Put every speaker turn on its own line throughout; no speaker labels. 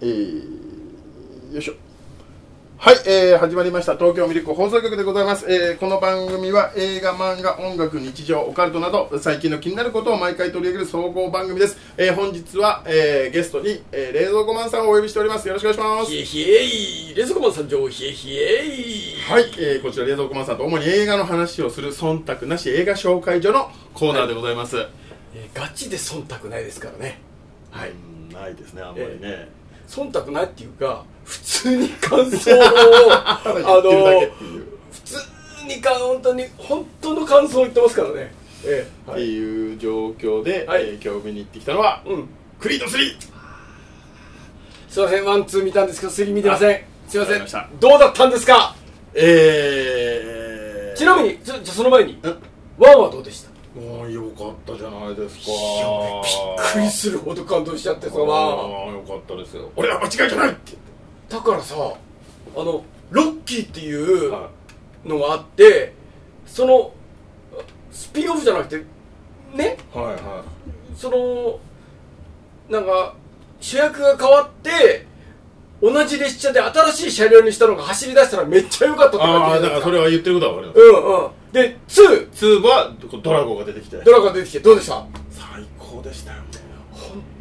えーよいしょ。はい、えー始まりました東京ミルク放送局でございます、えーこの番組は映画漫画音楽日常オカルトなど最近の気になることを毎回取り上げる総合番組です、えー本日は、えーゲストに、えー冷蔵庫マンさんをお呼びしておりますよろしくお願いします
ひえひえい冷蔵庫マン参上ひえひえい
はい、えーこちら冷蔵庫マンさんと主に映画の話をする忖度なし映画紹介所のコーナーでございます、
えーガチで忖度ないですからね
はい、ないですね、あんま
りね
ね。
忖度ないっていうか普通に感想 をあ
ただ言ってるだけっ
の
ていう。
普通にか本当に本当の感想を言ってますからねえ
っ
えは
て
い、
いう状況で、
はい
えー今日見に行ってきたのは、
うん
クリード 3!
すいませんワンツー見たんですけどスリー見てませんすい
わ
ま
か
せ
りました
んどうだったんですか
えー、
ちなみにちょじゃあその前に
ん
ワンはどうでした
もうよかったじゃないですか。
いや俺びっくりするほど感動しちゃってそのワンは
あーよかったですよ。俺は間違いじゃないって
だからさあのロッキーっていう
は
のがあってそのスピンオフじゃなくてね
いは
そのなんか主役が変わって同じ列車で新しい車両にしたのが走り出したらめっちゃ良かったって
あ
感
あ、
じ
だ
じ
か
ゃな
らそ
いですか
れは言ってることはわかります。
うんうんで2
2はドラゴンが出てきて。
ドラゴンが出てきてどうでした本
最高でしたよ、ね。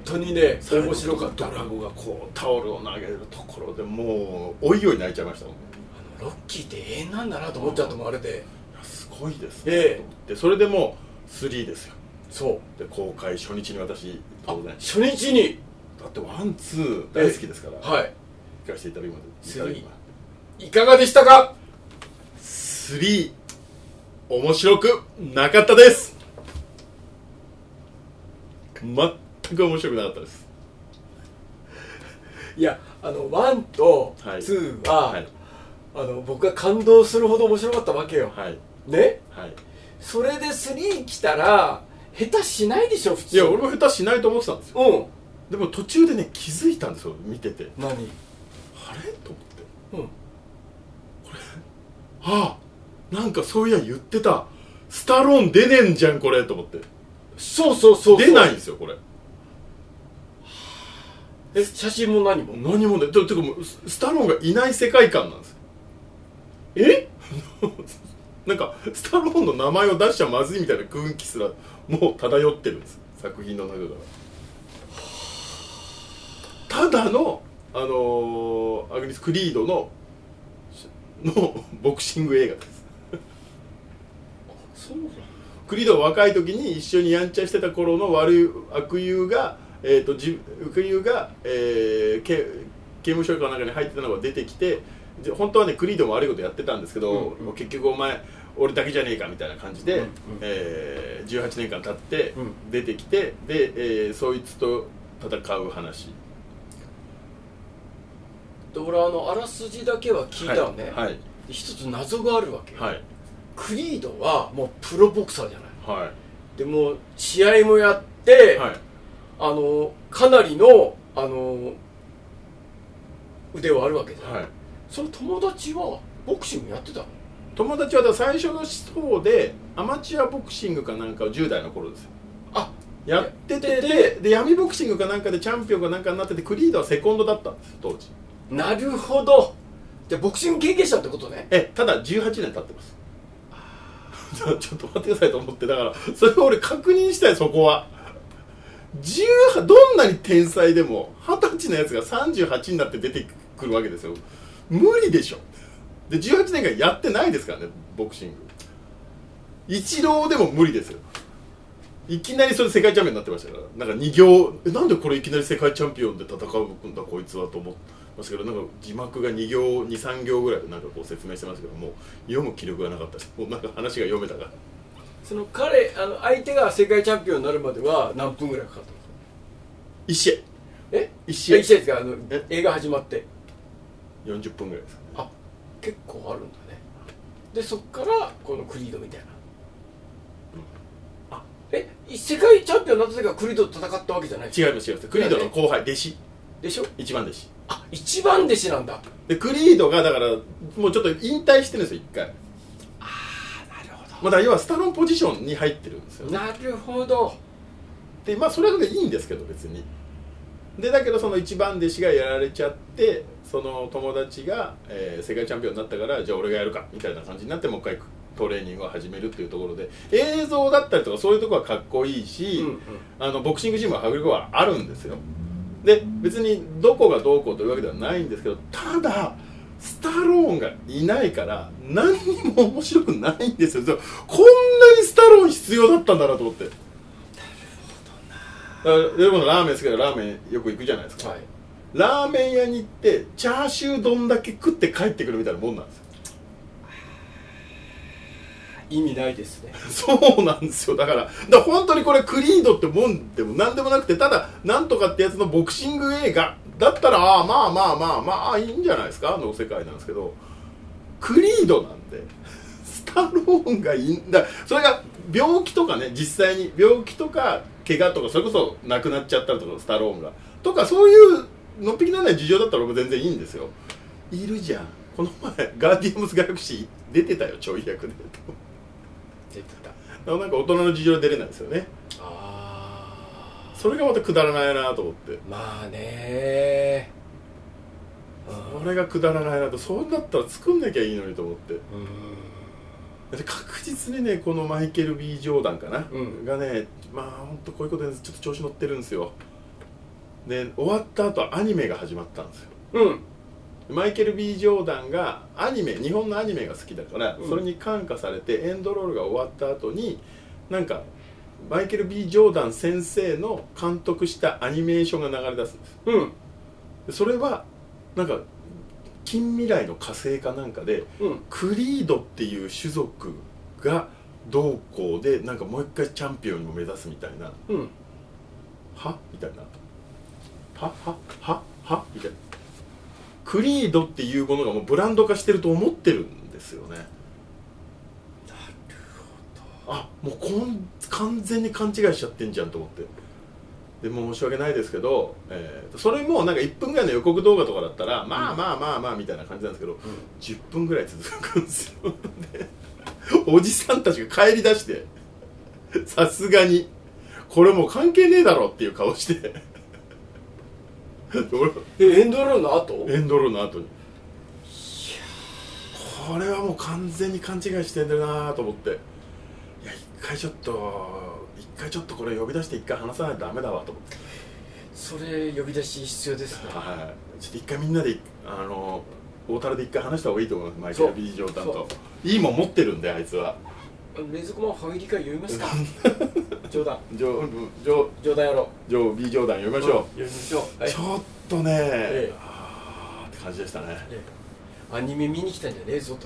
当にね面白かっ
ド
た
ラゴンがこうタオルを投げるところでもうおいおい泣いちゃいましたもんね
ロッキーって永遠なんだなと思っちゃったもんあれです
ごいです
ええ
ねと思ってそれでもう3ですよ
そう
で公開初日に私
あ
当然
初日に
だってワンツー大好きですから、
はい
行かせていただきます
ス
い
リ
た
ー
だきま
いかがでしたか
す3面白くなかったです全く面白くなかったです
いやあの1と2は、
はい
あの僕が感動するほど面白かったわけよ
はい
ね
はい
それで3来たら下手しないでしょ普通
いや俺も下手しないと思ってたんですよ
うん
でも途中でね気づいたんですよ見てて
何
あれと思って
うん
ああなんかそういや言ってたスタローン出ねえんじゃんこれと思って
そうそうそうそう
出ないんですよこれ
え写真も何も
何もねててかもうススタローンがいない世界観なんですよ
え
なんかスタローンの名前を出しちゃまずいみたいな空気すらもう漂ってるんです作品の中からただのあのーアグニス・クリードののボクシング映画です
そう
クリードは若い時に一緒にやんちゃしてた頃の悪い悪友が、えー、とじ悪友が、えーけ刑務所かなんかに入ってたのが出てきてで本当はねクリードも悪いことやってたんですけど、
うんうん
もう結局お前俺だけじゃねえかみたいな感じで、
うんうん
えー18年間経って
うん
出てきてで、えーそいつと戦う話
で俺あのあらすじだけは聞いたのね、
はい
で一つ謎があるわけ、
はい
クリードはもうプロボクサーじゃない
は
でもう試合もやって、
いはい
あのかなりのあの腕はあるわけじゃん、
はい
その友達はボクシングやってたの
友達はだから最初の思想でアマチュアボクシングかなんかを10代の頃ですよ
あ
やって
や
て
ってて
でで闇ボクシングかなんかでチャンピオンかなんかになっててクリードはセコンドだったんです当時
なるほどじゃあボクシング経験者ってことね
えただ18年経ってますちょ ちょっと待ってくださいと思ってだからそれを俺確認したいそこは18どんなに天才でも二十歳のやつが38になって出てくるわけですよ無理でしょで18年間やってないですからねボクシング一郎でも無理ですよいきなりそれ世界チャンピオンになってましたからなんか2行えなんでこれいきなり世界チャンピオンで戦うんだこいつはと思ってましたけどなんか字幕が2行23行ぐらいでなんかこう説明してましたけどもう読む気力がなかったしもうなんか話が読めたから
その彼あの相手が世界チャンピオンになるまでは何分ぐらいかかったんです
1試
か
合
え
1
試合
試
ですかあの
え
映画始まって
合40分ぐらいですかね
あ結構あるんだねでそっからこのクリードみたいなあえ世界チャンピオンになった時はクリードと戦ったわけじゃない
違います違いますクリードの後輩弟子
でしょ
一番弟子
あ一番弟子なんだ
でクリードがだからもうちょっと引退してるんですよ1回
なるほど
まあだから要はスタロンポジションに入ってるんですよね
なるほど
でまあそれはそれでいいんですけど別にでだけどその一番弟子がやられちゃってその友達が、えー世界チャンピオンになったからじゃあ俺がやるかみたいな感じになってもう一回トレーニングを始めるっていうところで映像だったりとかそういうところはかっこいいし、
うんうん
あのボクシングジムは迫力はあるんですよで別にどこがどうこうというわけではないんですけどただスタローンがいないから何にも面白くないんですよそうこんなにスタローン必要だったんだなと思ってなるほどなでもラーメン好きだからラーメンよく行くじゃないですか、
はい
ラーメン屋に行ってチャーシュー丼だけ食って帰ってくるみたいなもんなんですよ
意味ないですね
そうなんですよだからだから本当にこれクリードってもんでも何でもなくてただなんとかってやつのボクシング映画だったらああまあまあまあまあいいんじゃないですかの世界なんですけどクリードなんで スタローンがいいんだそれが病気とかね実際に病気とか怪我とかそれこそ亡くなっちゃったりとかスタローンがとかそういうのっぴきならない事情だったら僕全然いいんですよいるじゃんこの前ガーディアムズ・ギャラクシー出てたよちょい役で
出てた
あのなんか大人の事情は出れないですよね
あ
それがまたくだらないなと思って
ーまあね
それがくだらないなとそうなったら作んなきゃいいのにと思って
うん
で確実にねこのマイケル・ B ・ジョーダンかな、
うん
がねまあほんとこういうことでちょっと調子乗ってるんですよで終わった後アニメが始まったんですよ
うん
マイケル・ B ・ジョーダンがアニメ日本のアニメが好きだから、
うん
それに感化されてエンドロールが終わった後になんかマイケル・ B ・ジョーダン先生の監督したアニメーションが流れ出すんです
うん
でそれはなんか近未来の火星かなんかで
うん
クリードっていう種族が同校でなんかもう一回チャンピオンを目指すみたいな
うん
はみたいなははははみたいなクリードっていうものがもうブランド化してると思ってるんですよねなるほどあもうこん完全に勘違いしちゃってんじゃんと思ってでも申し訳ないですけど、えーそれもなんか1分ぐらいの予告動画とかだったら、まあまあまあまあみたいな感じなんですけど、10分ぐらい続くんですよでおじさんたちが帰り出してさすがにこれもう関係ねえだろっていう顔してで俺
えエンドロールの後
エンドロールの後にこれはもう完全に勘違いしてるなと思っていや一回ちょっと一回ちょっとこれ呼び出して一回話さないとダメだわと思って
それ呼び出し必要ですね
はいちょっと一回みんなであの大樽で一回話した方がいいと思いますマイケ
そ
ル・
う
B ・ジョーダン
そ
といいもん持ってるんであいつは
冷蔵庫マンファミリー会読み ますか冗談
ジョージョー
冗談やろ
ジョー B ジョーダン呼び
う
ましょ
ん読みましょう
う、
はい
ちょっとね、
ええ
あーって感じでしたね
ええアニメ見に来たんじゃねえぞと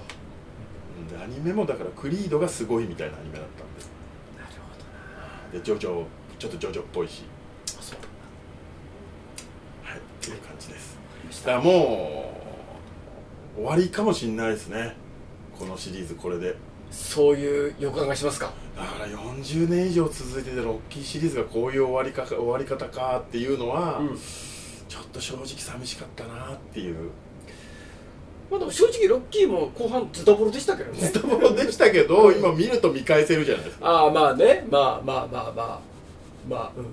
でアニメもだからクリードがすごいみたいなアニメだったんです
なるほどな
でジョジョちょっとジョジョっぽいし
あそうわか
はいっていう感じです
りまし
だか
た
らもう終わりかもしんないですねこのシリーズこれで
そういう予感がしますか
だから40年以上続いててロッキーシリーズがこういう終わりか終わり方かっていうのは、
うん
ちょっと正直寂しかったなっていう
まあでも正直ロッキーも後半ズタボロでしたけどね
スタバもでしたけど今見ると見返せるじゃないですか
ああまあねまあまあまあまあまあうん
っ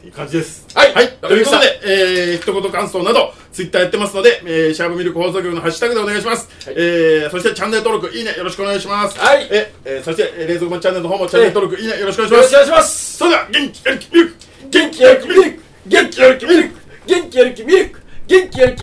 ていう感じです。
はい
はい。
わ
と
か
い
り
う
ま
こ
し
と
た
で、えー、一言感想など、ツイッターやってますので、えー、シャープミルク放送局のハッシュタグでお願いします。
はい
えー、そしてチャンネル登録、いいね、よろしくお願いします。
はい
え、えー、そして、えー冷蔵庫チャンネルの方もチャンネル登録、いいね、よろしくお願いし
よ
ます。
ろしくお願いします
それでは、元気、元気、ミルク
元気やる気ミルク元気やる気ミルク元気やる気ミルク元気やる気